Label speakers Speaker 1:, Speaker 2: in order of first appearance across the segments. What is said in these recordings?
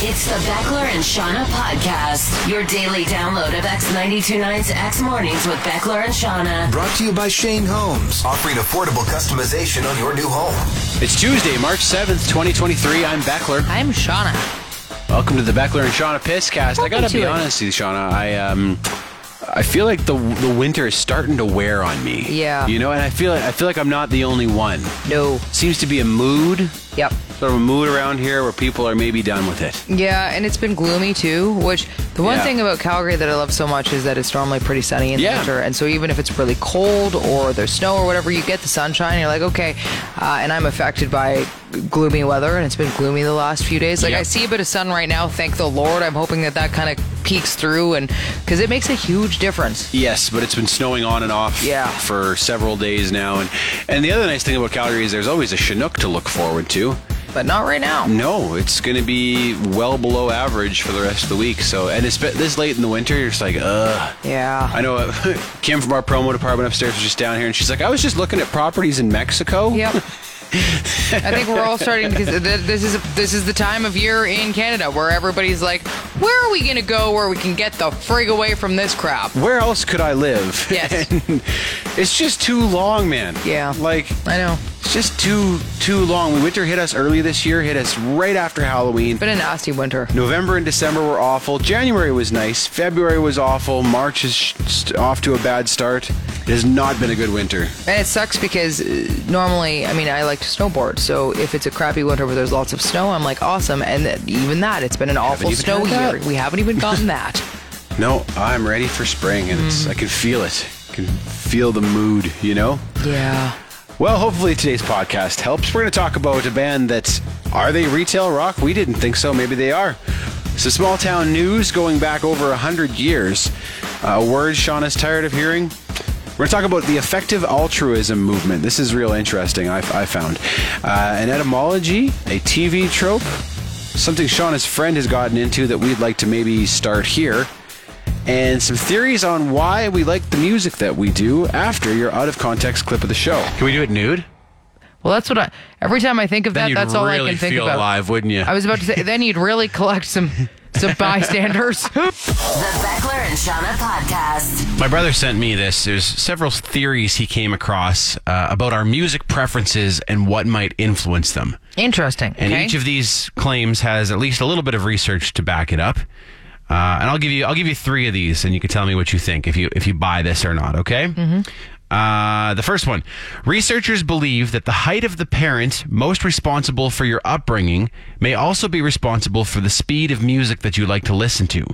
Speaker 1: It's the Beckler and Shauna podcast, your daily download of X929's X Mornings with Beckler and Shauna.
Speaker 2: Brought to you by Shane Holmes, offering affordable customization on your new home.
Speaker 3: It's Tuesday, March 7th, 2023. I'm Beckler.
Speaker 4: I'm Shauna.
Speaker 3: Welcome to the Beckler and Shauna Pisscast. I gotta
Speaker 4: Welcome to
Speaker 3: be
Speaker 4: it.
Speaker 3: honest with you, Shauna. I um I feel like the the winter is starting to wear on me.
Speaker 4: Yeah.
Speaker 3: You know, and I feel I feel like I'm not the only one.
Speaker 4: No.
Speaker 3: Seems to be a mood,
Speaker 4: Yep.
Speaker 3: sort of a mood around here where people are maybe done with it.
Speaker 4: Yeah, and it's been gloomy too, which the one
Speaker 3: Yeah.
Speaker 4: thing about Calgary that I love so much is that it's normally pretty sunny in
Speaker 3: Yeah.
Speaker 4: the winter. And so even if it's really cold or there's snow or whatever, you get the sunshine, you're like, okay. Uh, and I'm affected by gloomy weather, and it's been gloomy the last few days. Like,
Speaker 3: Yep.
Speaker 4: I see a bit of sun right now, thank the Lord. I'm hoping that that kind of peaks through, and because it makes a huge difference.
Speaker 3: Yes, but it's been snowing on and off
Speaker 4: Yeah.
Speaker 3: for several days now and and the other nice thing about Calgary is there's always a Chinook to look forward to.
Speaker 4: But not right now.
Speaker 3: No, it's going to be well below average for the rest of the week. So, and it's this late in the winter, you're just like, ugh.
Speaker 4: Yeah.
Speaker 3: I know uh, Kim from our promo department upstairs was just down here, and she's like, "I was just looking at properties in Mexico."
Speaker 4: Yep. I think we're all starting because th- this is this is the time of year in Canada where everybody's like, where are we gonna go where we can get the frig away from this crap?
Speaker 3: Where else could I live?
Speaker 4: Yes.
Speaker 3: And it's just too long, man.
Speaker 4: Yeah.
Speaker 3: Like
Speaker 4: I know.
Speaker 3: it's just too too long. Winter hit us early this year. Hit us right after Halloween.
Speaker 4: Been a nasty winter.
Speaker 3: November and December were awful. January was nice. February was awful. March is sh- st- off to a bad start. It has not been a good winter.
Speaker 4: And it sucks because uh, normally, I mean, I like to snowboard. So if it's a crappy winter where there's lots of snow, I'm like, awesome. And th- even that, it's been an awful
Speaker 3: even
Speaker 4: snow
Speaker 3: had
Speaker 4: year.
Speaker 3: that.
Speaker 4: We haven't even gotten that.
Speaker 3: No, I'm ready for spring, and it's, I can feel it. I can feel the mood. You know.
Speaker 4: yeah.
Speaker 3: Well, hopefully today's podcast helps. We're going to talk about a band that's are they retail rock? We didn't think so. Maybe they are. So small town news going back over hundred years. A word Sean is tired of hearing. We're going to talk about the effective altruism movement. This is real interesting. I, I found uh, an etymology, a TV trope, something Shauna's friend has gotten into that we'd like to maybe start here, and some theories on why we like the music that we do after your out of context clip of the show.
Speaker 5: Can we do it nude?
Speaker 4: Well, that's what I, every time I think of that,
Speaker 5: you'd
Speaker 4: that's all
Speaker 5: really
Speaker 4: I can think
Speaker 5: feel
Speaker 4: about.
Speaker 5: alive, wouldn't you?
Speaker 4: I was about to say, then you'd really collect some, some bystanders.
Speaker 1: The Beckler and Shauna podcast.
Speaker 5: My brother sent me this. There's several theories he came across uh, about our music preferences and what might influence them.
Speaker 4: Interesting.
Speaker 5: And
Speaker 4: okay.
Speaker 5: each of these claims has at least a little bit of research to back it up. Uh, and I'll give you I'll give you three of these, and you can tell me what you think if you if you buy this or not. Okay. Mm-hmm. Uh, the first one: researchers believe that the height of the parent most responsible for your upbringing may also be responsible for the speed of music that you like to listen to.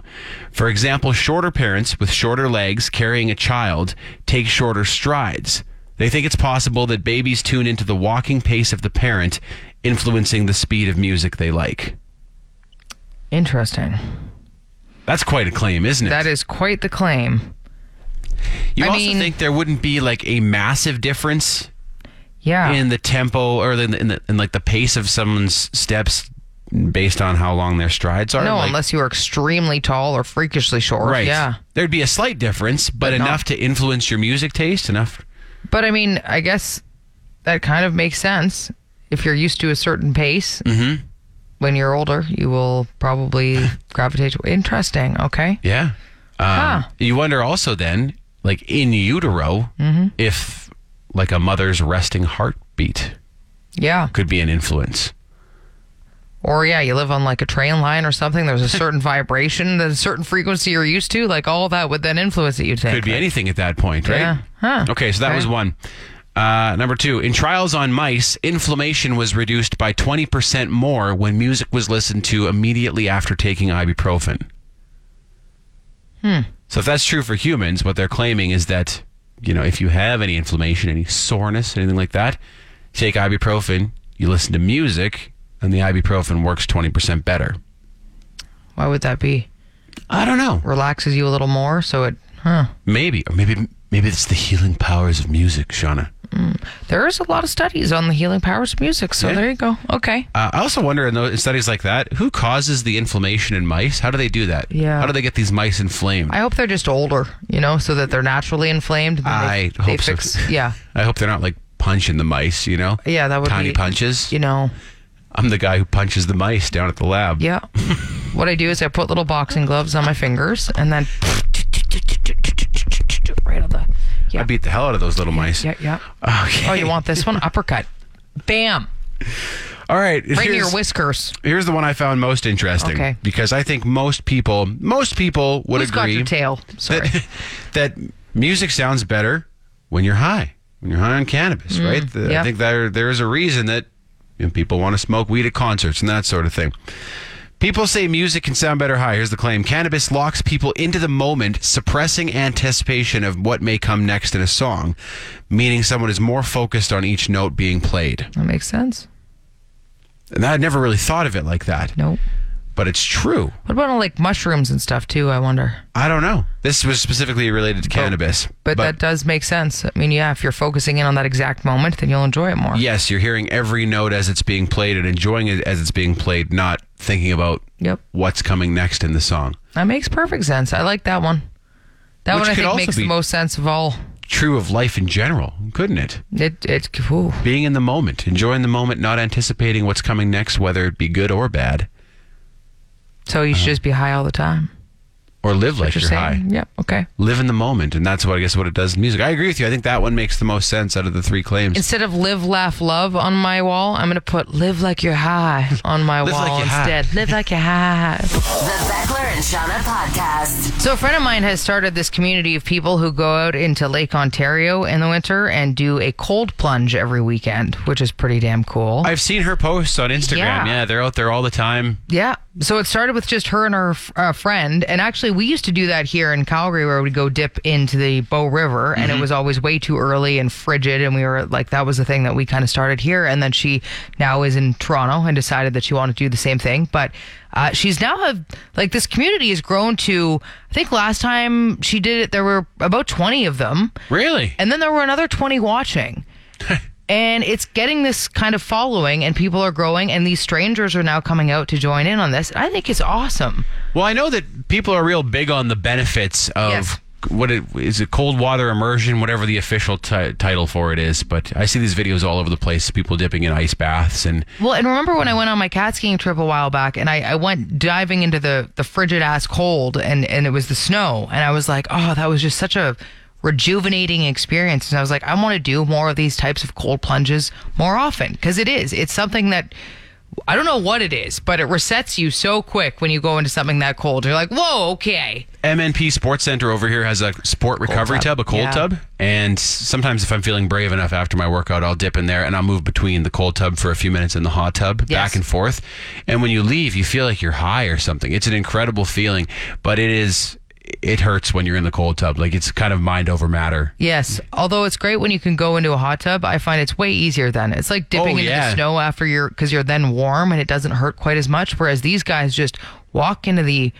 Speaker 5: For example, shorter parents with shorter legs carrying a child take shorter strides. They think it's possible that babies tune into the walking pace of the parent, influencing the speed of music they like.
Speaker 4: Interesting.
Speaker 5: That's quite a claim, isn't it?
Speaker 4: That is quite the claim.
Speaker 5: you
Speaker 4: I
Speaker 5: also
Speaker 4: mean-
Speaker 5: think there wouldn't be like a massive difference
Speaker 4: Yeah.
Speaker 5: in the tempo or in, the, in, the, in like the pace of someone's steps based on how long their strides are.
Speaker 4: no,
Speaker 5: Like-
Speaker 4: unless you are extremely tall or freakishly short.
Speaker 5: right,
Speaker 4: Yeah.
Speaker 5: there'd be a slight difference, but,
Speaker 4: But not-
Speaker 5: enough to influence your music taste. Enough.
Speaker 4: But I mean, I guess that kind of makes sense. If you're used to a certain pace,
Speaker 5: Mm-hmm.
Speaker 4: when you're older, you will probably gravitate to. Interesting. Okay.
Speaker 5: Yeah. Um,
Speaker 4: Huh.
Speaker 5: You wonder also then, like in utero,
Speaker 4: Mm-hmm.
Speaker 5: if like a mother's resting heartbeat
Speaker 4: Yeah.
Speaker 5: could be an influence.
Speaker 4: Or yeah, you live on like a train line or something. There's a certain vibration, there's a certain frequency you're used to. Like all that would then influence it. You think
Speaker 5: Could be anything at that point, right?
Speaker 4: Yeah. Huh.
Speaker 5: Okay, so that
Speaker 4: Okay.
Speaker 5: was one. Uh, number two, in trials on mice, inflammation was reduced by 20% more when music was listened to immediately after taking ibuprofen. Hmm.
Speaker 4: Hmm.
Speaker 5: So if that's true for humans, what they're claiming is that, you know, if you have any inflammation, any soreness, anything like that, take ibuprofen, you listen to music, and the ibuprofen works 20% better.
Speaker 4: Why would that be?
Speaker 5: I don't know.
Speaker 4: Relaxes you a little more, so it. Huh.
Speaker 5: Maybe. Or maybe maybe it's the healing powers of music, Shauna.
Speaker 4: There is a lot of studies on the healing powers of music, so
Speaker 5: Yeah.
Speaker 4: there you go. Okay.
Speaker 5: Uh, I also wonder in, those, in studies like that, who causes the inflammation in mice? How do they do that?
Speaker 4: Yeah.
Speaker 5: How do they get these mice inflamed?
Speaker 4: I hope they're just older, you know, so that they're naturally inflamed. and then
Speaker 5: I
Speaker 4: they
Speaker 5: hope so.
Speaker 4: fix, Yeah,
Speaker 5: I hope they're not like punching the mice, you know?
Speaker 4: Yeah, that would
Speaker 5: Tiny
Speaker 4: be-
Speaker 5: punches.
Speaker 4: you know,
Speaker 5: I'm the guy who punches the mice down at the lab.
Speaker 4: yeah. what I do is I put little boxing gloves on my fingers and then right on the.
Speaker 5: I
Speaker 4: Yeah,
Speaker 5: beat the hell out of those little mice.
Speaker 4: yeah, yeah.
Speaker 5: Okay.
Speaker 4: Oh, you want this one? Uppercut. Bam.
Speaker 5: All right.
Speaker 4: Right near
Speaker 5: here's-
Speaker 4: your whiskers.
Speaker 5: Here's the one I found most interesting
Speaker 4: Okay.
Speaker 5: because I think most people, most people would
Speaker 4: Who's got
Speaker 5: agree
Speaker 4: your tail? Sorry.
Speaker 5: that that music sounds better when you're high, when you're high on cannabis, right? The- I
Speaker 4: Mm, yeah.
Speaker 5: think there there is a reason that you know, people want to smoke weed at concerts and that sort of thing. People say music can sound better high. Here's the claim: cannabis locks people into the moment, suppressing anticipation of what may come next in a song, meaning someone is more focused on each note being played.
Speaker 4: that makes sense.
Speaker 5: And I never really thought of it like that,
Speaker 4: Nope.
Speaker 5: but it's true.
Speaker 4: What about like mushrooms and stuff too? I wonder.
Speaker 5: I don't know. This was specifically related to cannabis.
Speaker 4: But, that does make sense. I mean, yeah, if you're focusing in on that exact moment, then you'll enjoy it more.
Speaker 5: yes, you're hearing every note as it's being played and enjoying it as it's being played, not thinking about
Speaker 4: Yep.
Speaker 5: what's coming next in the song.
Speaker 4: That makes perfect sense. I like that one. That
Speaker 5: Which
Speaker 4: one I
Speaker 5: could
Speaker 4: think
Speaker 5: also
Speaker 4: makes
Speaker 5: be-
Speaker 4: the most sense of all.
Speaker 5: True of life in general, couldn't it?
Speaker 4: It it ooh,
Speaker 5: Being in the moment, enjoying the moment, not anticipating what's coming next, whether it be good or bad,
Speaker 4: so you should just be high all the time.
Speaker 5: or live Uh-huh. like
Speaker 4: What
Speaker 5: you're
Speaker 4: you're saying?
Speaker 5: high.
Speaker 4: Yep. Okay.
Speaker 5: Live in the moment, and that's what I guess what it does in music. I agree with you. I think that one makes the most sense out of the three claims.
Speaker 4: Instead of live, laugh, love on my wall, I'm gonna put live like you're high on my
Speaker 5: Live like
Speaker 4: wall
Speaker 5: you're high.
Speaker 4: instead. Live like you're high.
Speaker 1: The Beckler and Shauna Podcast.
Speaker 4: So a friend of mine has started this community of people who go out into Lake Ontario in the winter and do a cold plunge every weekend, which is pretty damn cool.
Speaker 5: I've seen her posts on Instagram.
Speaker 4: Yeah.
Speaker 5: yeah, they're out there all the time.
Speaker 4: Yeah. So it started with just her and her f- uh, friend. And actually, we used to do that here in Calgary where we'd go dip into the Bow River and it was always way too early and frigid. And we were like, that was the thing that we kind of started here. And then she now is in Toronto and decided that she wanted to do the same thing. But uh, she's now have like this community has grown to, I think last time she did it, there were about 20 of them.
Speaker 5: Really?
Speaker 4: And then there were another 20 watching. and it's getting this kind of following, and people are growing, and these strangers are now coming out to join in on this. I think it's awesome.
Speaker 5: Well, I know that people are real big on the benefits of
Speaker 4: Yes.
Speaker 5: what it, is it cold water immersion, whatever the official ti- title for it is. But I see these videos all over the place, people dipping in ice baths, and
Speaker 4: Well, and remember when I went on my cat skiing trip a while back and I, I went diving into the, the frigid ass cold and, and it was the snow. And I was like, oh, that was just such a rejuvenating experience. And I was like, I want to do more of these types of cold plunges more often because it is. It's something that I don't know what it is, but it resets you so quick when you go into something that cold. You're like, whoa, okay.
Speaker 5: MNP Sports Center over here has a sport recovery
Speaker 4: tub.
Speaker 5: tub. a cold
Speaker 4: Yeah.
Speaker 5: tub. And sometimes, if I'm feeling brave enough after my workout, I'll dip in there and I'll move between the cold tub for a few minutes and the hot tub
Speaker 4: Yes.
Speaker 5: back and forth. And when you leave, you feel like you're high or something. It's an incredible feeling, but it is. It hurts when you're in the cold tub. Like it's kind of mind over matter.
Speaker 4: Yes. Although it's great when you can go into a hot tub, I find it's way easier then. It's like dipping
Speaker 5: Oh,
Speaker 4: into
Speaker 5: yeah.
Speaker 4: the snow after you're because you're then warm and it doesn't hurt quite as much. Whereas these guys just walk into the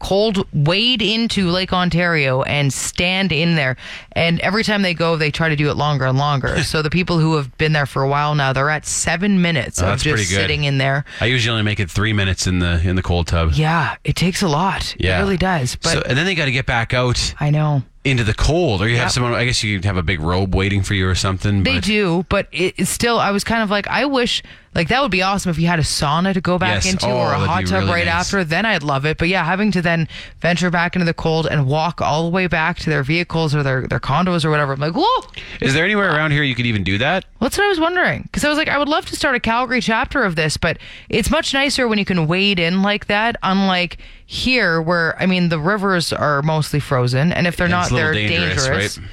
Speaker 4: cold, wade into Lake Ontario and stand in there. And every time they go, they try to do it longer and longer. so the people who have been there for a while now, they're at seven minutes of
Speaker 5: Oh, that's pretty
Speaker 4: just
Speaker 5: good.
Speaker 4: sitting in there.
Speaker 5: I usually only make it three minutes in the in the cold tub.
Speaker 4: Yeah, it takes a lot.
Speaker 5: Yeah.
Speaker 4: It really does. But
Speaker 5: so, and then they got to get back out
Speaker 4: I know.
Speaker 5: into the cold, or you have someone. I guess you could have a big robe waiting for you or something.
Speaker 4: They
Speaker 5: but
Speaker 4: do, but it, it's still. I was kind of like, I wish, like that would be awesome if you had a sauna to go back
Speaker 5: Yes.
Speaker 4: into
Speaker 5: Oh,
Speaker 4: or a
Speaker 5: that'd
Speaker 4: hot
Speaker 5: be
Speaker 4: tub
Speaker 5: really
Speaker 4: right
Speaker 5: nice.
Speaker 4: after. Then I'd love it. But yeah, having to then venture back into the cold and walk all the way back to their vehicles or their their condos or whatever. I'm like, whoa.
Speaker 5: Is there anywhere around here you could even do that?
Speaker 4: That's what I was wondering because I was like, I would love to start a Calgary chapter of this, but it's much nicer when you can wade in like that. Unlike here, where I mean, the rivers are mostly frozen, and if they're
Speaker 5: Yeah,
Speaker 4: not,
Speaker 5: it's a
Speaker 4: they're
Speaker 5: little dangerous,
Speaker 4: dangerous.
Speaker 5: right?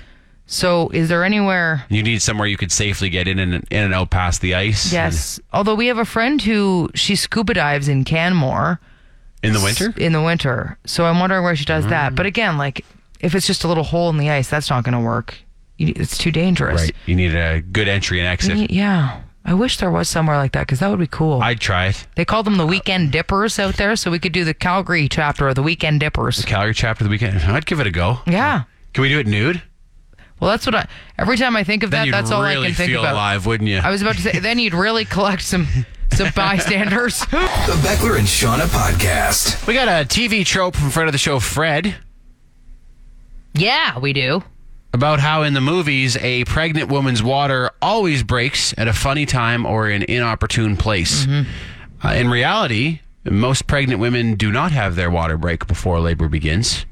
Speaker 4: So, is there anywhere?
Speaker 5: You need somewhere you could safely get in and in and out past the ice.
Speaker 4: Yes. Although we have a friend who she scuba dives in Canmore
Speaker 5: In the winter. Mm.
Speaker 4: in the winter. So I'm wondering where she does that. But again, like if it's just a little hole in the ice, that's not going to work. You- It's too dangerous.
Speaker 5: Right. You need a good entry and exit.
Speaker 4: Y- Yeah. I wish there was somewhere like that because that would be cool.
Speaker 5: I'd try it.
Speaker 4: they call them the weekend dippers out there, so we could do the Calgary chapter of the weekend dippers.
Speaker 5: Calgary chapter of the weekend. I'd give it a go.
Speaker 4: Yeah.
Speaker 5: Can we do it nude?
Speaker 4: Well, that's what I. Every time I think of
Speaker 5: Then
Speaker 4: that,
Speaker 5: you'd
Speaker 4: that's all
Speaker 5: really
Speaker 4: I can think
Speaker 5: feel
Speaker 4: about.
Speaker 5: alive, wouldn't you?
Speaker 4: I was about to say, then you'd really collect some some bystanders.
Speaker 2: The Beckler and Shauna Podcast.
Speaker 5: we got a TV trope from friend of the show, Fred,
Speaker 4: yeah, we do.
Speaker 5: about how in the movies a pregnant woman's water
Speaker 4: Mm-hmm.
Speaker 5: always breaks at a funny time or an inopportune place. Uh, in reality, Most pregnant women do not have their water break before labor begins.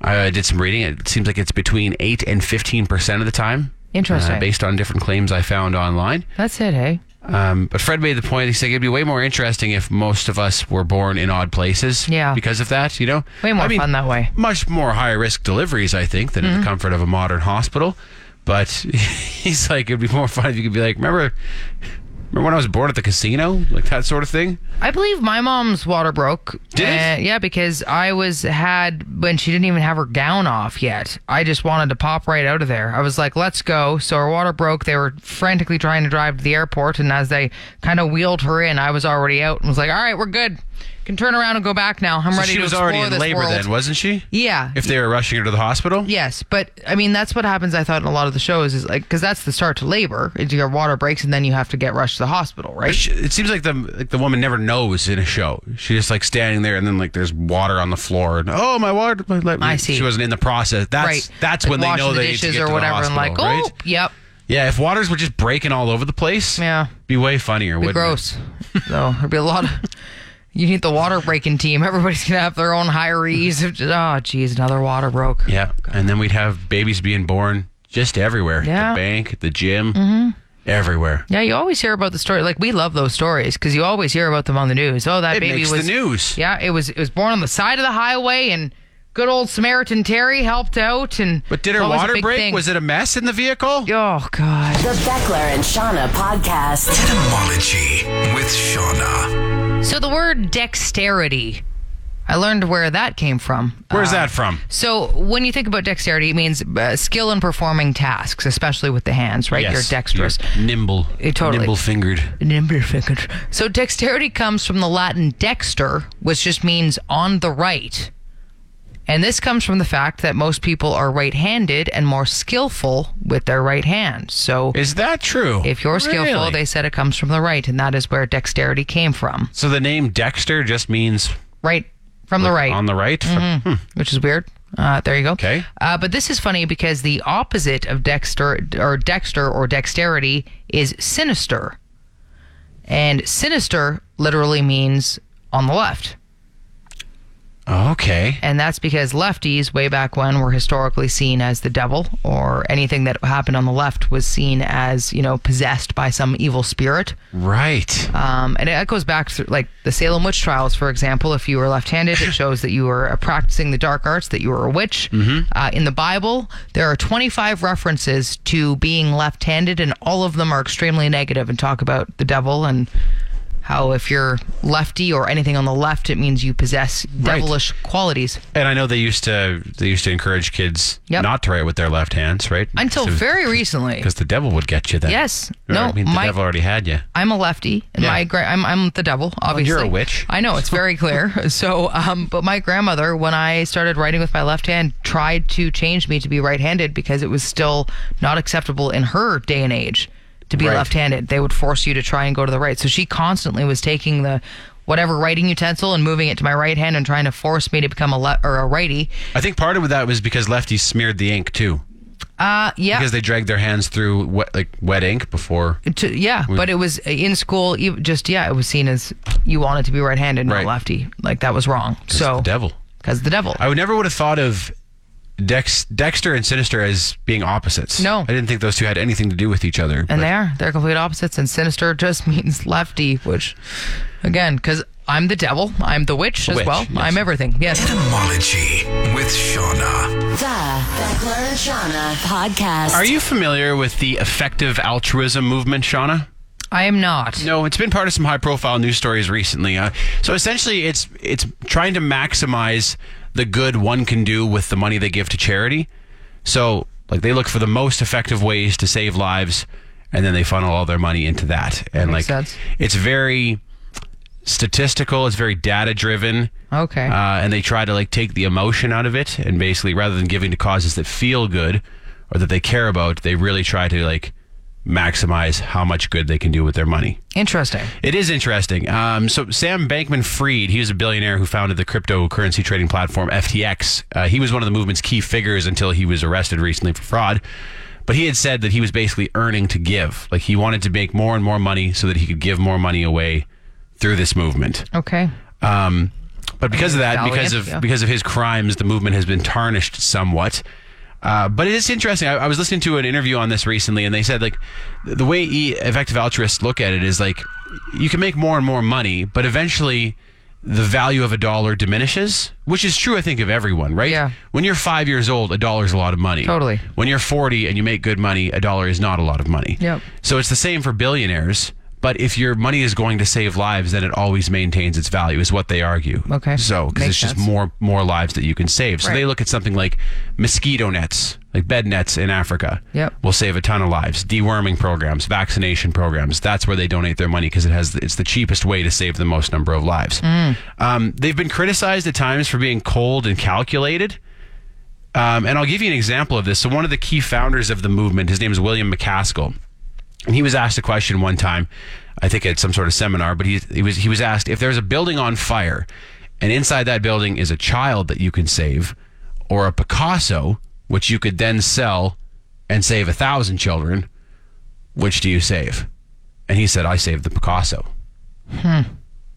Speaker 5: I uh, did some reading. It seems like it's between 8 and 15% of the time.
Speaker 4: Interesting.
Speaker 5: Uh, based on different claims I found online.
Speaker 4: That's it, hey?
Speaker 5: Um, but Fred made the point. He said it'd be way more interesting if most of us were born in odd places.
Speaker 4: Yeah.
Speaker 5: Because of that, you know?
Speaker 4: Way more fun that way.
Speaker 5: Much more high risk deliveries, I think, than
Speaker 4: Mm-hmm.
Speaker 5: in the comfort of a modern hospital. But he's like, it'd be more fun if you could be like, remember, remember when I was born at the casino? Like that sort of thing?
Speaker 4: I believe my mom's water broke.
Speaker 5: Did it?
Speaker 4: Uh, yeah, because I was had when she didn't even have her gown off yet. I just wanted to pop right out of there. I was like, "Let's go!" So her water broke. They were frantically trying to drive to the airport, and as they kind of wheeled her in, I was already out and was like, "All right, we're good. Can turn around and go back now. I'm
Speaker 5: So
Speaker 4: ready
Speaker 5: she
Speaker 4: to
Speaker 5: was
Speaker 4: explore
Speaker 5: already in
Speaker 4: this
Speaker 5: labor
Speaker 4: world."
Speaker 5: then, wasn't she?
Speaker 4: Yeah.
Speaker 5: If they were rushing her to the hospital?
Speaker 4: Yes, but I mean that's what happens. I thought in a lot of the shows is like because that's the start to labor. Is your water breaks and then you have to get rushed to the hospital, right?
Speaker 5: She- It seems like the like the woman never knows in a show. She's just like standing there, and then like there's water on the floor, and oh my water! My, like,
Speaker 4: I see.
Speaker 5: She wasn't in the process. That's
Speaker 4: right.
Speaker 5: that's
Speaker 4: Like
Speaker 5: when they
Speaker 4: washing
Speaker 5: know
Speaker 4: the
Speaker 5: they need to
Speaker 4: dishes
Speaker 5: get
Speaker 4: or
Speaker 5: to
Speaker 4: whatever,
Speaker 5: the
Speaker 4: and
Speaker 5: hospital,
Speaker 4: like, oh,
Speaker 5: right?
Speaker 4: yep,
Speaker 5: Yeah, if waters were just breaking all over the place,
Speaker 4: Yeah.
Speaker 5: be way funnier.
Speaker 4: be
Speaker 5: wouldn't It?
Speaker 4: gross. Though there'd be a lot of. You need the water breaking team. Everybody's gonna have their own hirees. Of just, oh, geez, another water broke.
Speaker 5: Yeah, and then we'd have babies being born just everywhere. At
Speaker 4: Yeah. Mm-hmm.
Speaker 5: the bank, at the gym, everywhere.
Speaker 4: Yeah, you always hear about the story. Like we love those stories because you always hear about them on the news. Oh, that
Speaker 5: It
Speaker 4: baby
Speaker 5: makes
Speaker 4: was
Speaker 5: the news.
Speaker 4: Yeah, it was it was born on the side of the highway, and good old Samaritan Terry helped out. And
Speaker 5: But did her
Speaker 4: always a
Speaker 5: water
Speaker 4: big
Speaker 5: break?
Speaker 4: thing.
Speaker 5: Was it a mess in the vehicle?
Speaker 4: Oh God.
Speaker 1: The Beckler and Shauna podcast.
Speaker 2: Etymology with Shauna.
Speaker 4: So the word dexterity, I learned where that came from.
Speaker 5: Where's that from?
Speaker 4: So when you think about dexterity, it means uh, skill in performing tasks, especially with the hands, right? You're dexterous.
Speaker 5: nimble,
Speaker 4: Yeah, totally.
Speaker 5: nimble fingered.
Speaker 4: Nimble fingers. So dexterity comes from the Latin dexter, which just means on the right. And this comes from the fact that most people are right-handed and more skillful with their right hand. So
Speaker 5: Is that true?
Speaker 4: if you're skillful,
Speaker 5: Really?
Speaker 4: they said it comes from the right, and that is where dexterity came from.
Speaker 5: So the name Dexter just means
Speaker 4: Right from the right. Mm-hmm.
Speaker 5: on the right. Hmm.
Speaker 4: which is weird. Uh, there you go.
Speaker 5: Okay.
Speaker 4: Uh, but this is funny because the opposite of Dexter or Dexter or dexterity is sinister, and sinister literally means on the left,
Speaker 5: Okay.
Speaker 4: and that's because lefties way back when were historically seen as the devil, or anything that happened on the left was seen as you know possessed by some evil spirit.
Speaker 5: Right.
Speaker 4: Um, and it goes back through like the Salem witch trials, for example. If you were left-handed, it shows that you were uh, practicing the dark arts, that you were a witch. Uh, in the Bible, there are 25 references to being left-handed, and all of them are extremely negative and talk about the devil and how if you're lefty or anything on the left, it means you possess
Speaker 5: Right.
Speaker 4: devilish qualities.
Speaker 5: and I know they used to they used to encourage kids
Speaker 4: Yep.
Speaker 5: not to write with their left hands, right?
Speaker 4: Until very recently,
Speaker 5: because the devil would get you then.
Speaker 4: Yes.
Speaker 5: Or,
Speaker 4: No,
Speaker 5: I mean,
Speaker 4: my-
Speaker 5: the devil already had you.
Speaker 4: I'm a lefty, and
Speaker 5: Yeah.
Speaker 4: my gra- I'm I'm the devil. Obviously,
Speaker 5: you're a witch.
Speaker 4: I know it's very clear. so, um, but my grandmother, when I started writing with my left hand, tried to change me to be right-handed because it was still not acceptable in her day and age to be
Speaker 5: Right.
Speaker 4: left-handed. They would force you to try and go to the right. So she constantly was taking the whatever writing utensil and moving it to my right hand and trying to force me to become a le- or a righty.
Speaker 5: I think part of that was because lefties smeared the ink too,
Speaker 4: Uh, yeah.
Speaker 5: because they dragged their hands through wet like wet ink before.
Speaker 4: To, yeah, but it was uh, in school. ev- Just yeah, it was seen as you wanted to be right-handed, not
Speaker 5: Right.
Speaker 4: lefty. Like that was wrong. So
Speaker 5: the devil.
Speaker 4: because the devil.
Speaker 5: I would never would have thought of Dex, Dexter and Sinister as being opposites.
Speaker 4: No.
Speaker 5: I didn't think those two had anything to do with each other.
Speaker 4: and
Speaker 5: but-
Speaker 4: they are they're complete opposites. And sinister just means lefty, which again, because I'm the devil, I'm the witch as
Speaker 5: witch,
Speaker 4: well.
Speaker 5: yes.
Speaker 4: I'm everything. Yes.
Speaker 2: Etymology with Shauna.
Speaker 1: The Beckler and Shauna podcast.
Speaker 5: Are you familiar with the effective altruism movement, Shauna?
Speaker 4: I am not.
Speaker 5: No, it's been part of some high-profile news stories recently. Uh, so essentially, it's it's trying to maximize the good one can do with the money they give to charity. So, like, they look for the most effective ways to save lives, and then they funnel all their money into that. And
Speaker 4: Makes
Speaker 5: like,
Speaker 4: sense.
Speaker 5: it's very statistical. It's very data-driven.
Speaker 4: Okay.
Speaker 5: Uh, and they try to like take the emotion out of it, and basically, rather than giving to causes that feel good or that they care about, they really try to like maximize how much good they can do with their money.
Speaker 4: Interesting.
Speaker 5: It is interesting. Um, so Sam Bankman-Fried, he was a billionaire who founded the cryptocurrency trading platform FTX. Uh, he was one of the movement's key figures until he was arrested recently for fraud. But he had said that he was basically earning to give. Like he wanted to make more and more money so that he could give more money away through this movement.
Speaker 4: Okay.
Speaker 5: Um, but because of that,
Speaker 4: Valiant,
Speaker 5: because of
Speaker 4: yeah.
Speaker 5: because of his crimes, the movement has been tarnished somewhat. Uh, but it is interesting. I, I was listening to an interview on this recently, and they said like the way e- effective altruists look at it is like you can make more and more money, but eventually the value of a dollar diminishes, which is true, I think, of everyone, right?
Speaker 4: Yeah.
Speaker 5: When you're five years old, a dollar's a lot of money.
Speaker 4: Totally.
Speaker 5: When you're 40 and you make good money, a dollar is not a lot of money.
Speaker 4: Yep.
Speaker 5: So it's the same for billionaires. But if your money is going to save lives, then it always maintains its value, is what they argue.
Speaker 4: Okay.
Speaker 5: So because
Speaker 4: Makes
Speaker 5: it's just
Speaker 4: sense.
Speaker 5: more more lives that you can save. So
Speaker 4: Right.
Speaker 5: they look at something like mosquito nets, like bed nets in Africa.
Speaker 4: Yep.
Speaker 5: Will save a ton of lives. Deworming programs, vaccination programs. That's where they donate their money because it has it's the cheapest way to save the most number of lives.
Speaker 4: Hmm.
Speaker 5: Um, they've been criticized at times for being cold and calculated. Um, and I'll give you an example of this. So, one of the key founders of the movement, his name is William McCaskill, and he was asked a question one time, I think at some sort of seminar, but he, he was he was asked if there's a building on fire, and inside that building is a child that you can save, or a Picasso which you could then sell and save a thousand children, which do you save? And he said, I save the Picasso, Hmm.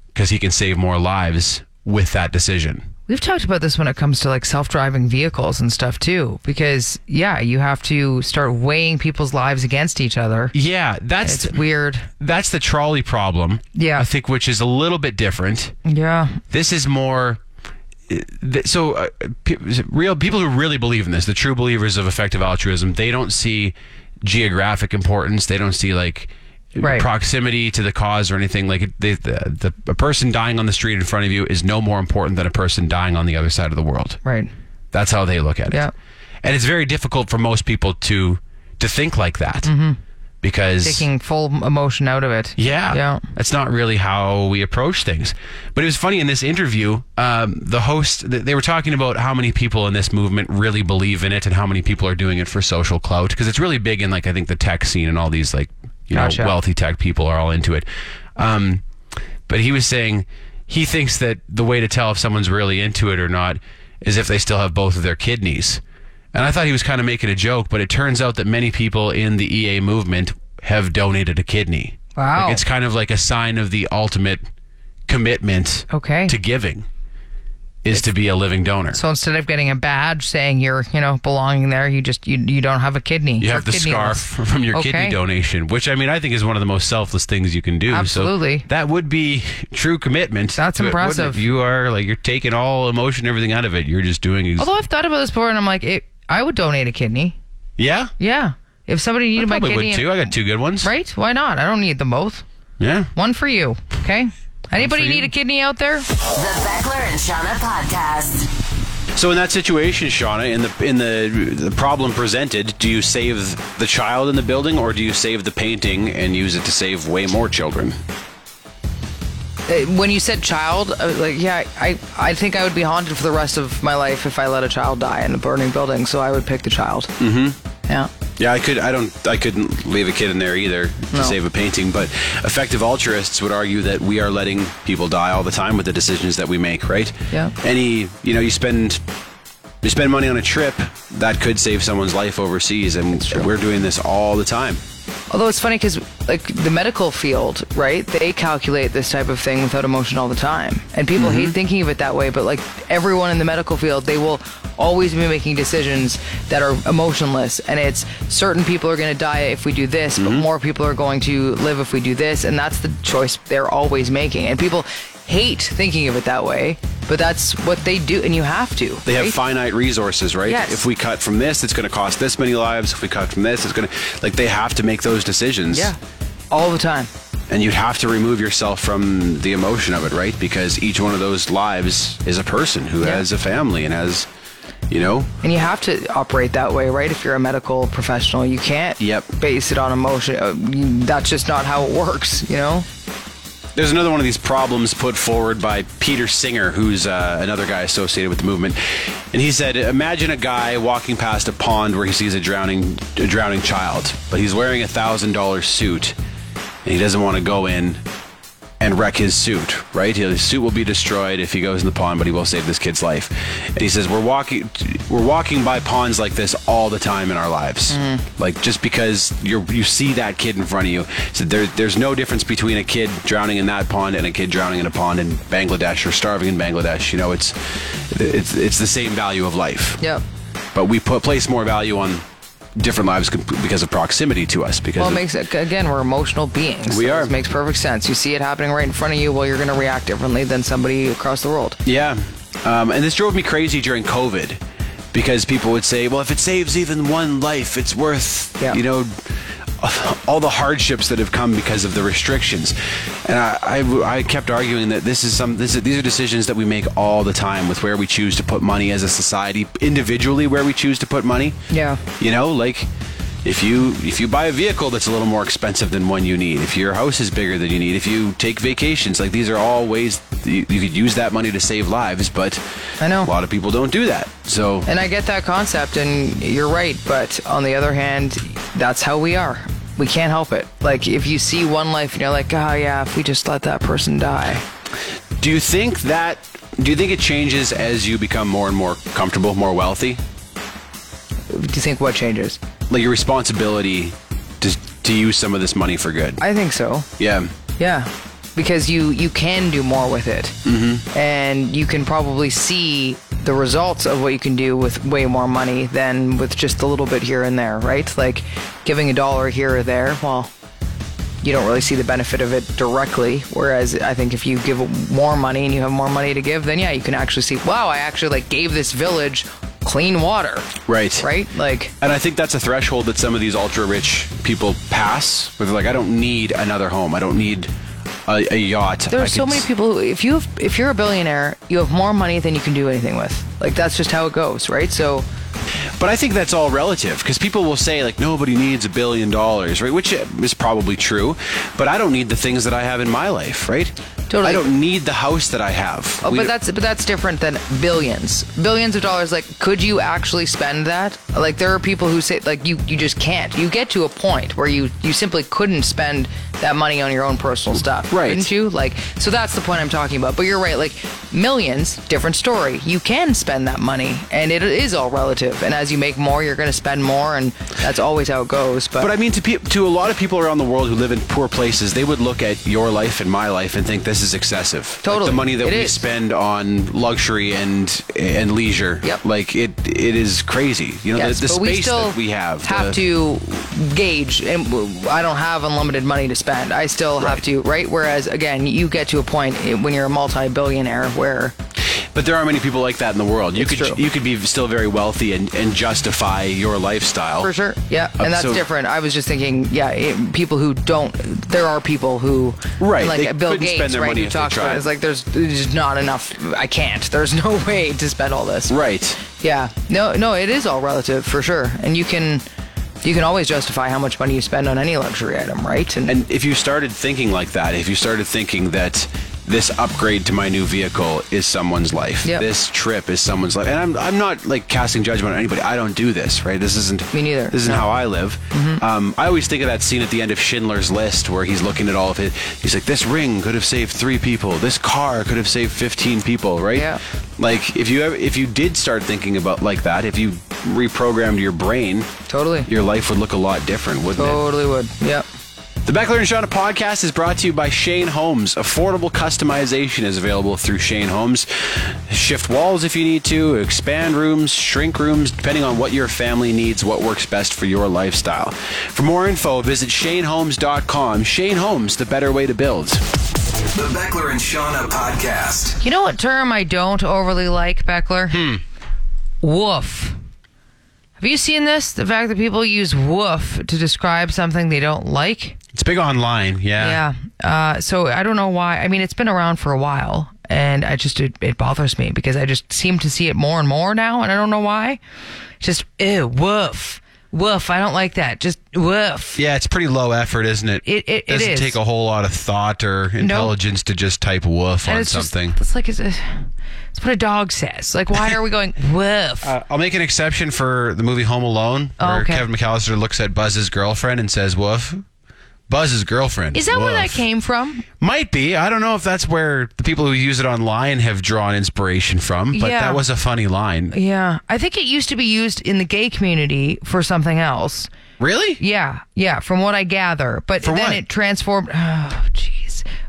Speaker 5: because he can save more lives with that decision.
Speaker 4: We've talked about this when it comes to like self driving vehicles and stuff too, because yeah, you have to start weighing people's lives against each other.
Speaker 5: Yeah, that's
Speaker 4: It's weird.
Speaker 5: that's the trolley problem.
Speaker 4: Yeah.
Speaker 5: I think which is a little bit different.
Speaker 4: Yeah.
Speaker 5: This is more. th- So, uh, pe- real people who really believe in this, the true believers of effective altruism, they don't see geographic importance. They don't see like
Speaker 4: Right.
Speaker 5: proximity to the cause or anything. Like they, the, the a person dying on the street in front of you is no more important than a person dying on the other side of the world.
Speaker 4: Right.
Speaker 5: That's how they look at it.
Speaker 4: Yeah.
Speaker 5: And it's very difficult for most people to to think like that because
Speaker 4: Mm-hmm. Taking full emotion out of it.
Speaker 5: yeah.
Speaker 4: Yeah.
Speaker 5: That's not really how we approach things. But it was funny in this interview, um, the host, th- they were talking about how many people in this movement really believe in it and how many people are doing it for social clout. Because it's really big in, like, I think the tech scene and all these, like, you
Speaker 4: Gotcha.
Speaker 5: know, wealthy tech people are all into it. Um, but he was saying he thinks that the way to tell if someone's really into it or not is if they still have both of their kidneys. And I thought he was kind of making a joke, but it turns out that many people in the EA movement have donated a kidney.
Speaker 4: Wow.
Speaker 5: Like, it's kind of like a sign of the ultimate commitment
Speaker 4: Okay.
Speaker 5: to giving is to be a living donor.
Speaker 4: So instead of getting a badge saying you're, you know, belonging there, you just you, you don't have a kidney.
Speaker 5: you
Speaker 4: You're
Speaker 5: have the
Speaker 4: kidneyless.
Speaker 5: scarf from your
Speaker 4: Okay.
Speaker 5: kidney donation, which I mean, I think is one of the most selfless things you can do. So
Speaker 4: Absolutely.
Speaker 5: that would be true commitment.
Speaker 4: That's
Speaker 5: to it, wouldn't
Speaker 4: impressive.
Speaker 5: it? You are like, you're taking all emotion, everything out of it. You're just doing. Ex-
Speaker 4: Although I've thought about this before, and I'm like, it, I would donate a kidney.
Speaker 5: yeah.
Speaker 4: Yeah. If somebody
Speaker 5: I
Speaker 4: needed my
Speaker 5: probably
Speaker 4: kidney,
Speaker 5: would too. I got two good ones.
Speaker 4: right? Why not? I don't need them both.
Speaker 5: Yeah.
Speaker 4: One for you. Okay. Anybody
Speaker 5: you.
Speaker 4: need a kidney out there?
Speaker 1: The Beckler and Shauna Podcast.
Speaker 3: So in that situation, Shauna, in the in the the problem presented, do you save the child in the building, or do you save the painting and use it to save way more children?
Speaker 4: Uh, when you said child, I was like yeah, I I think I would be haunted for the rest of my life if I let a child die in a burning building. So I would pick the child. Mm-hmm. Yeah.
Speaker 3: Yeah, I could. I don't. I couldn't leave a kid in there either to
Speaker 4: No.
Speaker 3: save a painting. But effective altruists would argue that we are letting people die all the time with the decisions that we make. Right?
Speaker 4: Yeah.
Speaker 3: Any, you know, you spend you spend money on a trip that could save someone's life overseas, and we're doing this all the time.
Speaker 4: Although it's funny because like the medical field, right? They calculate this type of thing without emotion all the time, and people
Speaker 3: Mm-hmm.
Speaker 4: hate thinking of it that way. But like everyone in the medical field, they will always be making decisions that are emotionless, and it's certain people are going to die if we do this, but
Speaker 3: Mm-hmm.
Speaker 4: more people are going to live if we do this, and that's the choice they're always making. And people hate thinking of it that way, but that's what they do, and you have to.
Speaker 3: They have
Speaker 4: right?
Speaker 3: finite resources, right?
Speaker 4: Yes.
Speaker 3: If we cut from this, it's going to cost this many lives. If we cut from this, it's going to like they have to make those decisions.
Speaker 4: yeah, all the time.
Speaker 3: And you'd have to remove yourself from the emotion of it, right? Because each one of those lives is a person who
Speaker 4: Yeah.
Speaker 3: has a family and has, you know,
Speaker 4: And you have to operate that way, right? If you're a medical professional, you can't
Speaker 3: Yep.
Speaker 4: base it on emotion. Uh, you- That's just not how it works, you know?
Speaker 3: There's another one of these problems put forward by Peter Singer, who's uh, another guy associated with the movement, and he said, "Imagine a guy walking past a pond where he sees a drowning a drowning child, but he's wearing a thousand dollar suit, and he doesn't want to go in,
Speaker 5: and wreck his suit, right? His suit will be destroyed if he goes in the pond, but he will save this kid's life. And he says, "We're walking, we're walking by ponds like this all the time in our lives.
Speaker 4: Mm.
Speaker 5: Like just because you you see that kid in front of you, so there, there's no difference between a kid drowning in that pond and a kid drowning in a pond in Bangladesh or starving in Bangladesh. You know, it's it's it's the same value of life.
Speaker 4: Yep.
Speaker 5: But we put place more value on." Different lives com- because of proximity to us. Because
Speaker 4: Well, it
Speaker 5: of-
Speaker 4: makes it again. We're emotional beings.
Speaker 5: We
Speaker 4: so
Speaker 5: are.
Speaker 4: It makes perfect sense. You see it happening right in front of you. Well, you're going to react differently than somebody across the world.
Speaker 5: Yeah. Um, and this drove me crazy during COVID because people would say, well, if it saves even one life, it's worth,
Speaker 4: Yeah.
Speaker 5: you know, all the hardships that have come because of the restrictions. And I, I, I kept arguing that this is some, this is, these are decisions that we make all the time with where we choose to put money as a society, individually, where we choose to put money.
Speaker 4: Yeah.
Speaker 5: You know, like if you if you buy a vehicle that's a little more expensive than one you need, if your house is bigger than you need, if you take vacations, like these are all ways that you, you could use that money to save lives, but
Speaker 4: I know.
Speaker 5: a lot of people don't do that. So
Speaker 4: And I get that concept, and you're right. But on the other hand, that's how we are. We can't help it. Like, if you see one life and you're like, oh, yeah, if we just let that person die.
Speaker 5: do you think that do you think it changes as you become more and more comfortable, more wealthy?
Speaker 4: Do you think what changes?
Speaker 5: Like your responsibility to to use some of this money for good.
Speaker 4: I think so.
Speaker 5: Yeah.
Speaker 4: Yeah, because you you can do more with it, mm-hmm. and you can probably see the results of what you can do with way more money than with just a little bit here and there, right? Like giving a dollar here or there. Well, you don't really see the benefit of it directly. Whereas I think if you give more money and you have more money to give, then yeah, you can actually see. Wow, I actually like gave this village clean water,
Speaker 5: Right.
Speaker 4: right? Like.
Speaker 5: And I think that's a threshold that some of these ultra rich people pass where they're like, I don't need another home. I don't need a, a yacht.
Speaker 4: There
Speaker 5: I
Speaker 4: are so
Speaker 5: could
Speaker 4: many
Speaker 5: s-
Speaker 4: people who, if you have, if you're a billionaire, you have more money than you can do anything with. Like that's just how it goes, right? So
Speaker 5: But I think that's all relative because people will say, like, nobody needs a billion dollars, right? Which is probably true. But I don't need the things that I have in my life, right?
Speaker 4: Totally.
Speaker 5: I don't need the house that I have.
Speaker 4: Oh,
Speaker 5: We-
Speaker 4: but that's but that's different than billions, billions of dollars. Like, could you actually spend that? Like, there are people who say like you you just can't. You get to a point where you you simply couldn't spend that money on your own personal stuff,
Speaker 5: Right.
Speaker 4: Couldn't you? Like, so that's the point I'm talking about. But you're right. Like, millions, different story. You can spend that money, and it is all relative. And as you make more, you're going to spend more, and that's always how it goes. But,
Speaker 5: But I mean, to pe- to a lot of people around the world who live in poor places, they would look at your life and my life and think this is excessive. Like,
Speaker 4: Totally.
Speaker 5: the money that
Speaker 4: It
Speaker 5: we
Speaker 4: is.
Speaker 5: spend on luxury and and leisure.
Speaker 4: Yep.
Speaker 5: Like it it is crazy. You know,
Speaker 4: Yes,
Speaker 5: the, the
Speaker 4: but
Speaker 5: space
Speaker 4: we still
Speaker 5: that we have. the-
Speaker 4: to gauge, and w- I don't have unlimited money to spend. I still have to, right? Whereas, again, you get to a point i- when you're a multi-billionaire where
Speaker 5: But there are many people like that in the world. You
Speaker 4: It's
Speaker 5: could
Speaker 4: true.
Speaker 5: you could be still very wealthy and, and justify your lifestyle.
Speaker 4: for sure, yeah,
Speaker 5: Uh,
Speaker 4: and that's
Speaker 5: so-
Speaker 4: different. I was just thinking, yeah, it, people who don't, there are people who,
Speaker 5: Right,
Speaker 4: like
Speaker 5: they
Speaker 4: Bill
Speaker 5: couldn't
Speaker 4: Gates,
Speaker 5: spend their
Speaker 4: right?
Speaker 5: money
Speaker 4: who
Speaker 5: if they
Speaker 4: talks about
Speaker 5: tried.
Speaker 4: it. it's like there's, there's just not enough. I can't. There's no way to spend all this.
Speaker 5: Right.
Speaker 4: Yeah. No, no, it is all relative for sure, and you can. You can always justify how much money you spend on any luxury item, right?
Speaker 5: And if you started thinking like that, if you started thinking that this upgrade to my new vehicle is someone's life,
Speaker 4: Yep.
Speaker 5: this trip is someone's life, and I'm I'm not like casting judgment on anybody. I don't do this, right? This isn't
Speaker 4: Me neither.
Speaker 5: This isn't
Speaker 4: No. Mm-hmm.
Speaker 5: how I live. Um, I always think of that scene at the end of Schindler's List where he's looking at all of his. He's like, this ring could have saved three people. This car could have saved fifteen people, right?
Speaker 4: Yeah.
Speaker 5: Like if you ever, if you did start thinking about like that, if you reprogrammed your brain,
Speaker 4: Totally.
Speaker 5: your life would look a lot different, wouldn't it?
Speaker 4: Totally would. Yep.
Speaker 5: The Beckler and Shauna podcast is brought to you by Shane Holmes. Affordable customization is available through Shane Holmes. Shift walls if you need to, expand rooms, shrink rooms, depending on what your family needs, what works best for your lifestyle. For more info, visit shaneholmes.com. Shane Holmes, the better way to build.
Speaker 2: The Beckler and Shauna podcast.
Speaker 4: You know what term I don't overly like, Beckler? Hmm. Woof. Have you seen this? The fact that people use woof to describe something they don't like?
Speaker 6: It's big online. Yeah.
Speaker 4: Yeah. Uh, so I don't know why. I mean, it's been around for a while, and I just it, it bothers me because I just seem to see it more and more now, and I don't know why. Just ew, woof, woof. I don't like that. Just woof.
Speaker 6: Yeah, it's pretty low effort, isn't it?
Speaker 4: It- it- it
Speaker 6: doesn't
Speaker 4: is.
Speaker 6: take a whole lot of thought or intelligence to just type woof
Speaker 4: And
Speaker 6: on
Speaker 4: it's just-
Speaker 6: something.
Speaker 4: it's like it's, a, it's what a dog says. Like, why are we going woof?
Speaker 6: Uh, I'll make an exception for the movie Home Alone, where
Speaker 4: Oh, okay.
Speaker 6: Kevin McAllister looks at Buzz's girlfriend and says woof.
Speaker 5: Buzz's girlfriend.
Speaker 4: Is that where that
Speaker 5: Woof.
Speaker 4: came from?
Speaker 5: Might be. I don't know if that's where the people who use it online have drawn inspiration from, but
Speaker 4: Yeah.
Speaker 5: that was a funny line.
Speaker 4: Yeah. I think it used to be used in the gay community for something else.
Speaker 5: Really?
Speaker 4: Yeah, yeah, from what I gather. But
Speaker 5: For
Speaker 4: then
Speaker 5: what?
Speaker 4: it transformed. Oh, jeez.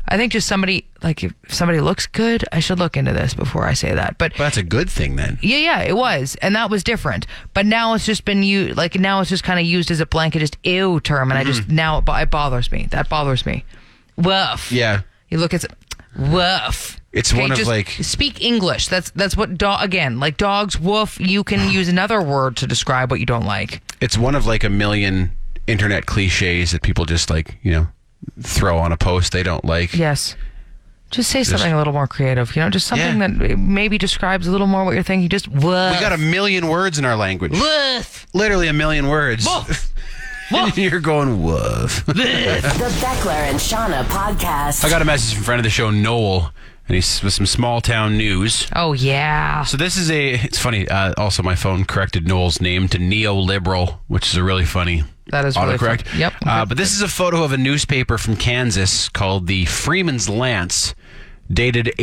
Speaker 4: I think just somebody, like, if somebody looks good, I should look into this before I say that. But
Speaker 5: But that's a good thing then.
Speaker 4: yeah, yeah, it was. And that was different. But now it's just been used, like, now it's just kind of used as a blanket, just ew term. And I just,
Speaker 5: Mm-hmm.
Speaker 4: now it, bo- it bothers me. That bothers me. Woof.
Speaker 5: Yeah.
Speaker 4: You look at, s- woof.
Speaker 5: It's one of,
Speaker 4: just
Speaker 5: like-
Speaker 4: speak English. That's that's what dog again like dogs. Woof. You can use another word to describe what you don't like.
Speaker 5: It's one of like a million internet cliches that people just like, you know, throw on a post they don't like.
Speaker 4: Yes. Just say something a little more creative, you know, just something
Speaker 5: Yeah.
Speaker 4: that maybe describes a little more what you're thinking. Just woof.
Speaker 5: We got a million words in our language.
Speaker 4: woof.
Speaker 5: Literally a million words.
Speaker 4: Woof.
Speaker 5: And You're going woof.
Speaker 1: The Beckler and Shauna podcast.
Speaker 5: I got a message from friend of the show, Noel, and he's with some small town news.
Speaker 4: Oh yeah.
Speaker 5: So this is a. It's funny. Uh, also, my phone corrected Noel's name to neoliberal, which is a really funny.
Speaker 4: That is really
Speaker 5: autocorrect.
Speaker 4: fun- yep.
Speaker 5: Uh, but this is a photo of a newspaper from Kansas called the Freeman's Lance, dated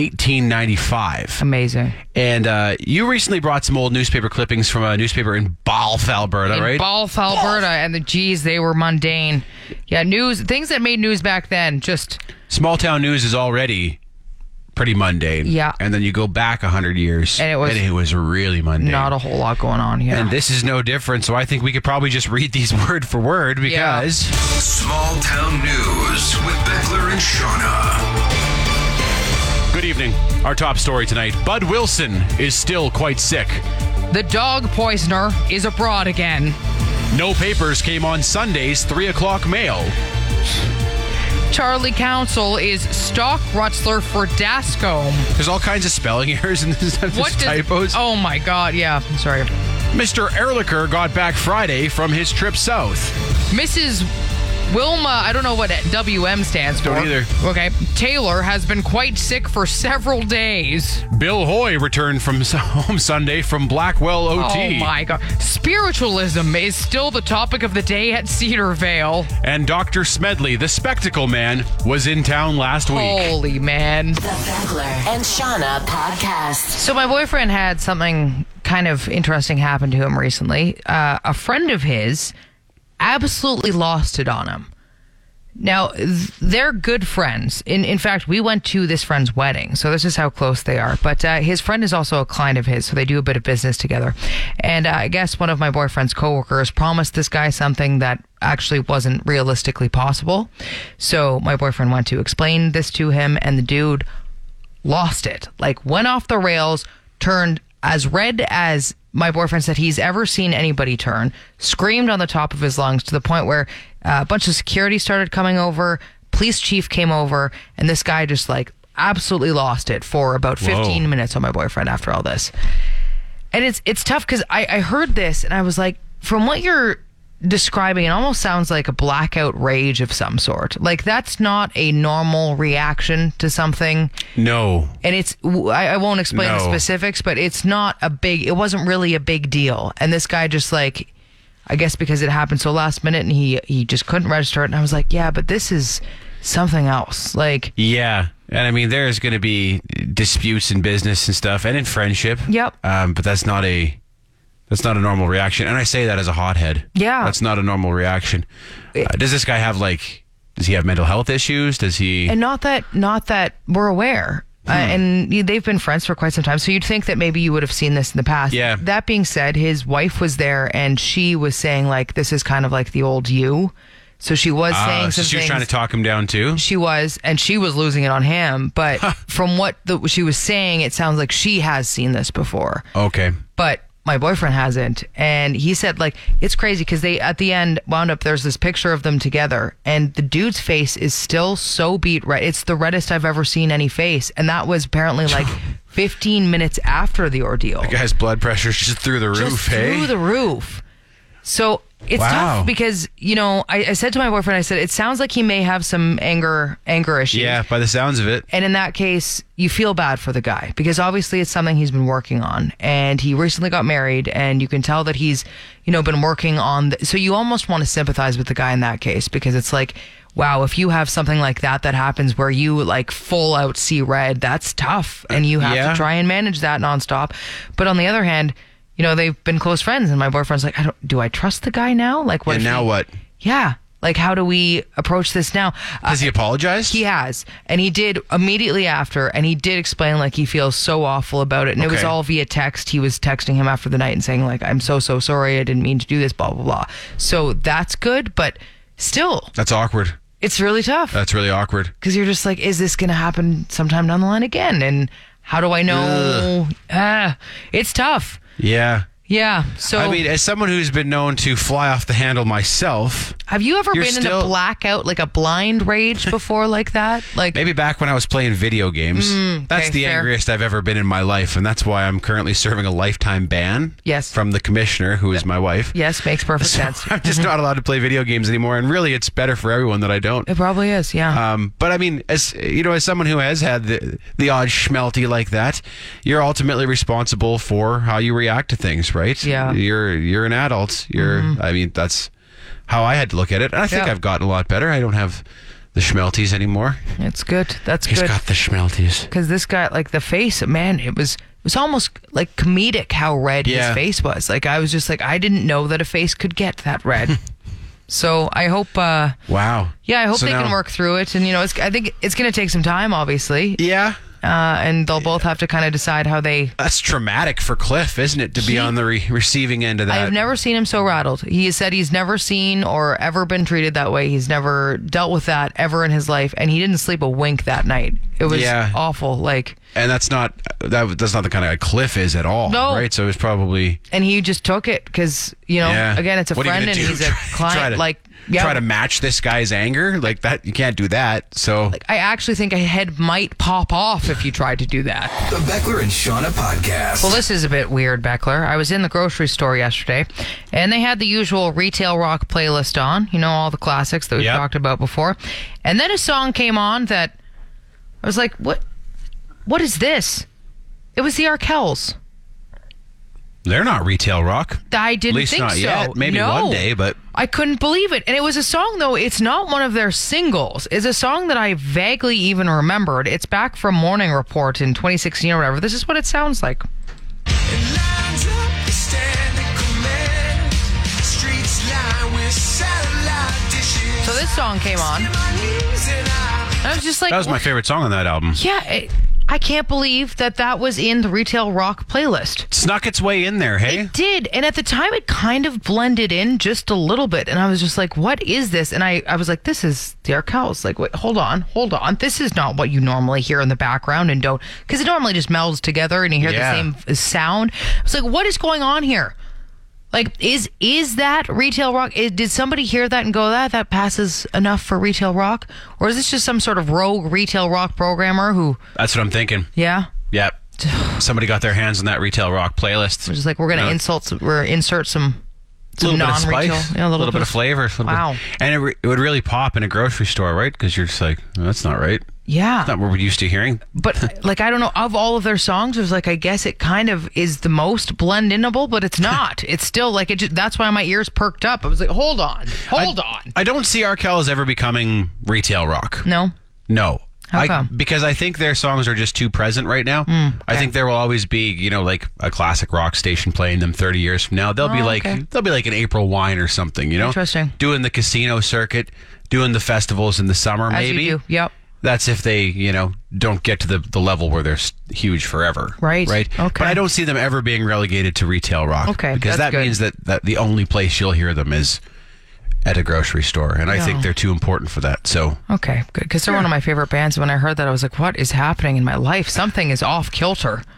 Speaker 5: 1895.
Speaker 4: Amazing.
Speaker 5: And uh, you recently brought some old newspaper clippings from a newspaper in Balf, Alberta,
Speaker 4: In
Speaker 5: right?
Speaker 4: Balf, Alberta, and the G's they were mundane. Yeah, news things that made news back then. Just
Speaker 5: Small town news is already pretty mundane.
Speaker 4: Yeah.
Speaker 5: And then you go back 100 years,
Speaker 4: And it was
Speaker 5: really mundane.
Speaker 4: not a whole lot going on here.
Speaker 5: and this is no different, so I think we could probably just read these word for word
Speaker 4: Yeah.
Speaker 5: because.
Speaker 2: Small Town News with Beckler and Shauna.
Speaker 5: Good evening. Our top story tonight Bud Wilson is still quite sick.
Speaker 4: the dog poisoner is abroad again.
Speaker 5: No papers came on Sunday's 3 o'clock mail.
Speaker 4: Charlie Council is stock rutzler for Dascombe.
Speaker 5: There's all kinds of spelling errors and this
Speaker 4: What does-
Speaker 5: typos.
Speaker 4: Oh my god, yeah. I'm sorry.
Speaker 5: Mr. Ehrlicher got back Friday from his trip south.
Speaker 4: Mrs. Wilma, I don't know what WM stands for.
Speaker 5: Don't either.
Speaker 4: Okay. Taylor has been quite sick for several days.
Speaker 5: Bill Hoy returned from s- home Sunday from Blackwell OT.
Speaker 4: Oh my god. Spiritualism is still the topic of the day at Cedar Vale.
Speaker 5: And Dr. Smedley, the spectacle man, was in town
Speaker 4: Oh.
Speaker 5: last week.
Speaker 4: Holy man.
Speaker 1: the Beckler and Shauna podcast.
Speaker 4: So my boyfriend had something kind of interesting happen to him recently. Uh, a friend of his absolutely lost it on him. Now th- they're good friends. In in fact, we went to this friend's wedding, so this is how close they are. But uh, his friend is also a client of his, so they do a bit of business together. And uh, I guess one of my boyfriend's coworkers promised this guy something that actually wasn't realistically possible. So my boyfriend went to explain this to him, and the dude lost it. Like went off the rails, turned as red as my boyfriend said he's ever seen anybody turn, screamed on the top of his lungs to the point where uh, a bunch of security started coming over, police chief came over, and this guy just like absolutely lost it for about 15 minutes on my boyfriend after all this. And it's it's tough because I, I heard this and I was like, from what you're describing, it almost sounds like a blackout rage of some sort. Like that's not a normal reaction to something
Speaker 5: No.
Speaker 4: and it's w- I, I won't explain the
Speaker 5: No.
Speaker 4: specifics, but it's not a big. It wasn't really a big deal, and this guy just like, I guess because it happened so last minute, and he he just couldn't register it, and I was like, yeah, but this is something else. Like,
Speaker 5: Yeah. And I mean, there's going to be disputes in business and stuff and in friendship.
Speaker 4: Yep.
Speaker 5: Um, but that's not a. That's not a normal reaction, and I say that as a hothead.
Speaker 4: Yeah.
Speaker 5: that's not a normal reaction. Uh, does this guy have like? Does he have mental health issues? Does he?
Speaker 4: and not that not that we're aware. Uh,
Speaker 5: Hmm.
Speaker 4: and you- they've been friends for quite some time, so you'd think that maybe you would have seen this in the past.
Speaker 5: Yeah.
Speaker 4: That being said, his wife was there, and she was saying like, "This is kind of like the old you." So she was
Speaker 5: Uh,
Speaker 4: saying
Speaker 5: so
Speaker 4: some
Speaker 5: she was
Speaker 4: things-
Speaker 5: trying to talk him down too.
Speaker 4: she was, and she was losing it on him. But from what the, she was saying, it sounds like she has seen this before.
Speaker 5: Okay.
Speaker 4: But my boyfriend hasn't, and he said like it's crazy because they at the end wound up. There's this picture of them together, and the dude's face is still so beat red. It's the reddest I've ever seen any face, and that was apparently like 15 minutes after the ordeal
Speaker 5: Guy's blood pressure's just through the
Speaker 4: just
Speaker 5: roof. hey.
Speaker 4: through the roof. So it's
Speaker 5: Wow.
Speaker 4: tough because you know I, I said to my boyfriend, I said it sounds like he may have some anger anger issues.
Speaker 5: yeah, by the sounds of it.
Speaker 4: And in that case, you feel bad for the guy because obviously it's something he's been working on, and he recently got married, and you can tell that he's you know been working on. The, so you almost want to sympathize with the guy in that case because it's like wow, if you have something like that that happens where you like full out see red, that's tough. And you have
Speaker 5: yeah.
Speaker 4: to try and manage that nonstop. But on the other hand, you know, they've been close friends and my boyfriend's like, I don't do I trust the guy now? Like what
Speaker 5: And
Speaker 4: if
Speaker 5: now
Speaker 4: he-
Speaker 5: what?
Speaker 4: Yeah. Like how do we approach this now? Uh,
Speaker 5: Has he apologized?
Speaker 4: he has. And he did immediately after and he did explain like he feels so awful about it. And it was
Speaker 5: Okay.
Speaker 4: all via text. He was texting him after the night and saying like I'm so so sorry. I didn't mean to do this blah blah blah. So that's good, but still
Speaker 5: That's awkward.
Speaker 4: it's really tough
Speaker 5: That's really awkward.
Speaker 4: because you're just like, is this going to happen sometime down the line again? And how do I know? Ah, it's tough.
Speaker 5: Yeah.
Speaker 4: Yeah. So,
Speaker 5: I mean, as someone who's been known to fly off the handle myself,
Speaker 4: have you ever
Speaker 5: you're
Speaker 4: been in
Speaker 5: still-
Speaker 4: a blackout, like a blind rage before, like that? Like,
Speaker 5: maybe back when I was playing video games, that's
Speaker 4: Mm, okay,
Speaker 5: the
Speaker 4: fair.
Speaker 5: angriest I've ever been in my life, and that's why I'm currently serving a lifetime ban.
Speaker 4: Yes.
Speaker 5: From the commissioner, who is my wife.
Speaker 4: yes, makes perfect
Speaker 5: So
Speaker 4: sense.
Speaker 5: I'm just not allowed to play video games anymore, and really, it's better for everyone that I don't.
Speaker 4: It probably is. Yeah.
Speaker 5: Um, but I mean, as you know, as someone who has had the the odd schmelty like that, you're ultimately responsible for how you react to things, right?
Speaker 4: Yeah. Mm-hmm.
Speaker 5: You're you're an adult. You're. I mean, that's how I had to look at it, and I think
Speaker 4: Yeah.
Speaker 5: I've gotten a lot better. I don't have the schmelties anymore.
Speaker 4: it's good. That's
Speaker 5: He's
Speaker 4: good.
Speaker 5: got the schmelties.
Speaker 4: Because this guy, like the face, man, it was. It was almost like comedic how red
Speaker 5: Yeah.
Speaker 4: his face was. Like I was just like I didn't know that a face could get that red. so I hope uh
Speaker 5: Wow.
Speaker 4: Yeah, I hope
Speaker 5: So
Speaker 4: they can
Speaker 5: now-
Speaker 4: work through it. And you know, it's, I think it's going to take some time, obviously,
Speaker 5: Yeah.
Speaker 4: uh, and they'll both have to kind of decide how they.
Speaker 5: That's traumatic for Cliff, isn't it, to be
Speaker 4: He-
Speaker 5: on the re- receiving end of that?
Speaker 4: I have never seen him so rattled. He has said he's never seen or ever been treated that way. He's never dealt with that ever in his life, and he didn't sleep a wink that night. It was
Speaker 5: Yeah.
Speaker 4: awful. Like,
Speaker 5: and that's not that, that's not the kind of guy Cliff is at all, right?
Speaker 4: No.
Speaker 5: So it's probably
Speaker 4: and he just took it because you know,
Speaker 5: Yeah.
Speaker 4: again, it's a
Speaker 5: What are you
Speaker 4: friend
Speaker 5: gonna
Speaker 4: and
Speaker 5: do?
Speaker 4: he's a
Speaker 5: Try-
Speaker 4: client.
Speaker 5: try to-
Speaker 4: like, yeah,
Speaker 5: try to match this guy's anger like that. You can't do that. So
Speaker 4: I actually think a head might pop off if you tried to do that.
Speaker 2: The Beckler and Shauna podcast.
Speaker 4: Well, this is a bit weird, Beckler. I was in the grocery store yesterday, and they had the usual retail rock playlist on. You know, all the classics that we've
Speaker 5: Yep.
Speaker 4: talked about before. And then a song came on that I was like, "What? What is this?" It was the Arkells.
Speaker 5: they're not retail rock.
Speaker 4: I
Speaker 5: At
Speaker 4: didn't
Speaker 5: least
Speaker 4: think
Speaker 5: not
Speaker 4: so.
Speaker 5: yet. Maybe
Speaker 4: No.
Speaker 5: one day, but
Speaker 4: I couldn't believe it. And it was a song, though. It's not one of their singles. It's a song that I vaguely even remembered. It's back from Morning Report in 2016 or whatever. This is what it sounds like.
Speaker 7: Lines up, they stand in command. Streets lined with satellite dishes.
Speaker 4: So this song came on.
Speaker 7: To my knees and I-
Speaker 4: I was just like,
Speaker 5: that was my
Speaker 4: "What
Speaker 5: favorite song on that album.
Speaker 4: Yeah, it, I can't believe that that was in the retail rock playlist.
Speaker 5: Snuck its way in there, hey?
Speaker 4: It did, and at the time it kind of blended in just a little bit, and I was just like, "What is this?" And I, I was like, "This is the Arkells." Like, wait, hold on, hold on, this is not what you normally hear in the background, and don't because it normally just melds together, and you hear
Speaker 5: Yeah.
Speaker 4: the same f- sound. I was like, "What is going on here?" Like, is is that retail rock? i- did somebody hear that and go that that passes enough for retail rock, or is this just some sort of rogue retail rock programmer who?
Speaker 5: That's what I'm thinking.
Speaker 4: Yeah,
Speaker 5: Yep. Somebody got their hands on that retail rock playlist.
Speaker 4: We're just like we're gonna
Speaker 5: No.
Speaker 4: insult, some, we're insert some, some
Speaker 5: little bit of
Speaker 4: non-retail,
Speaker 5: spice,
Speaker 4: yeah,
Speaker 5: a little, bit, of flavor. a little bit-
Speaker 4: Wow.
Speaker 5: and it, re- it would really pop in a grocery store, right? Because you're just like, "Oh, that's not right.
Speaker 4: yeah.
Speaker 5: Not what we're used to hearing.
Speaker 4: but like I don't know of all of their songs, it was like I guess it kind of is the most blend inable, but it's not. it's still like it. Just, that's why my ears perked up. I was like, hold on, hold on.
Speaker 5: I don't see Arkell as ever becoming retail rock.
Speaker 4: No,
Speaker 5: No.
Speaker 4: How
Speaker 5: I,
Speaker 4: come? Hmm,
Speaker 5: Because I think their songs are just too present right now. I think there will always be, you know, like a classic rock station playing them 30 years from now. They'll be
Speaker 4: Oh,
Speaker 5: like
Speaker 4: okay.
Speaker 5: they'll be like an April Wine or something, you know.
Speaker 4: Interesting.
Speaker 5: Doing the casino circuit, doing the festivals in the summer
Speaker 4: as
Speaker 5: maybe.
Speaker 4: you do. Yep.
Speaker 5: That's if they, you know, don't get to the, the level where they're s- huge forever.
Speaker 4: Right.
Speaker 5: Right.
Speaker 4: Okay.
Speaker 5: But I don't see them ever being relegated to retail rock.
Speaker 4: Okay,
Speaker 5: Because that
Speaker 4: that's good.
Speaker 5: means that, that the only place you'll hear them is at a grocery store. And I think
Speaker 4: No.
Speaker 5: they're too important for that. So
Speaker 4: Okay, good. Because they're one of my favorite bands. When I heard that, I was like, "What is happening in my life? Something is off kilter."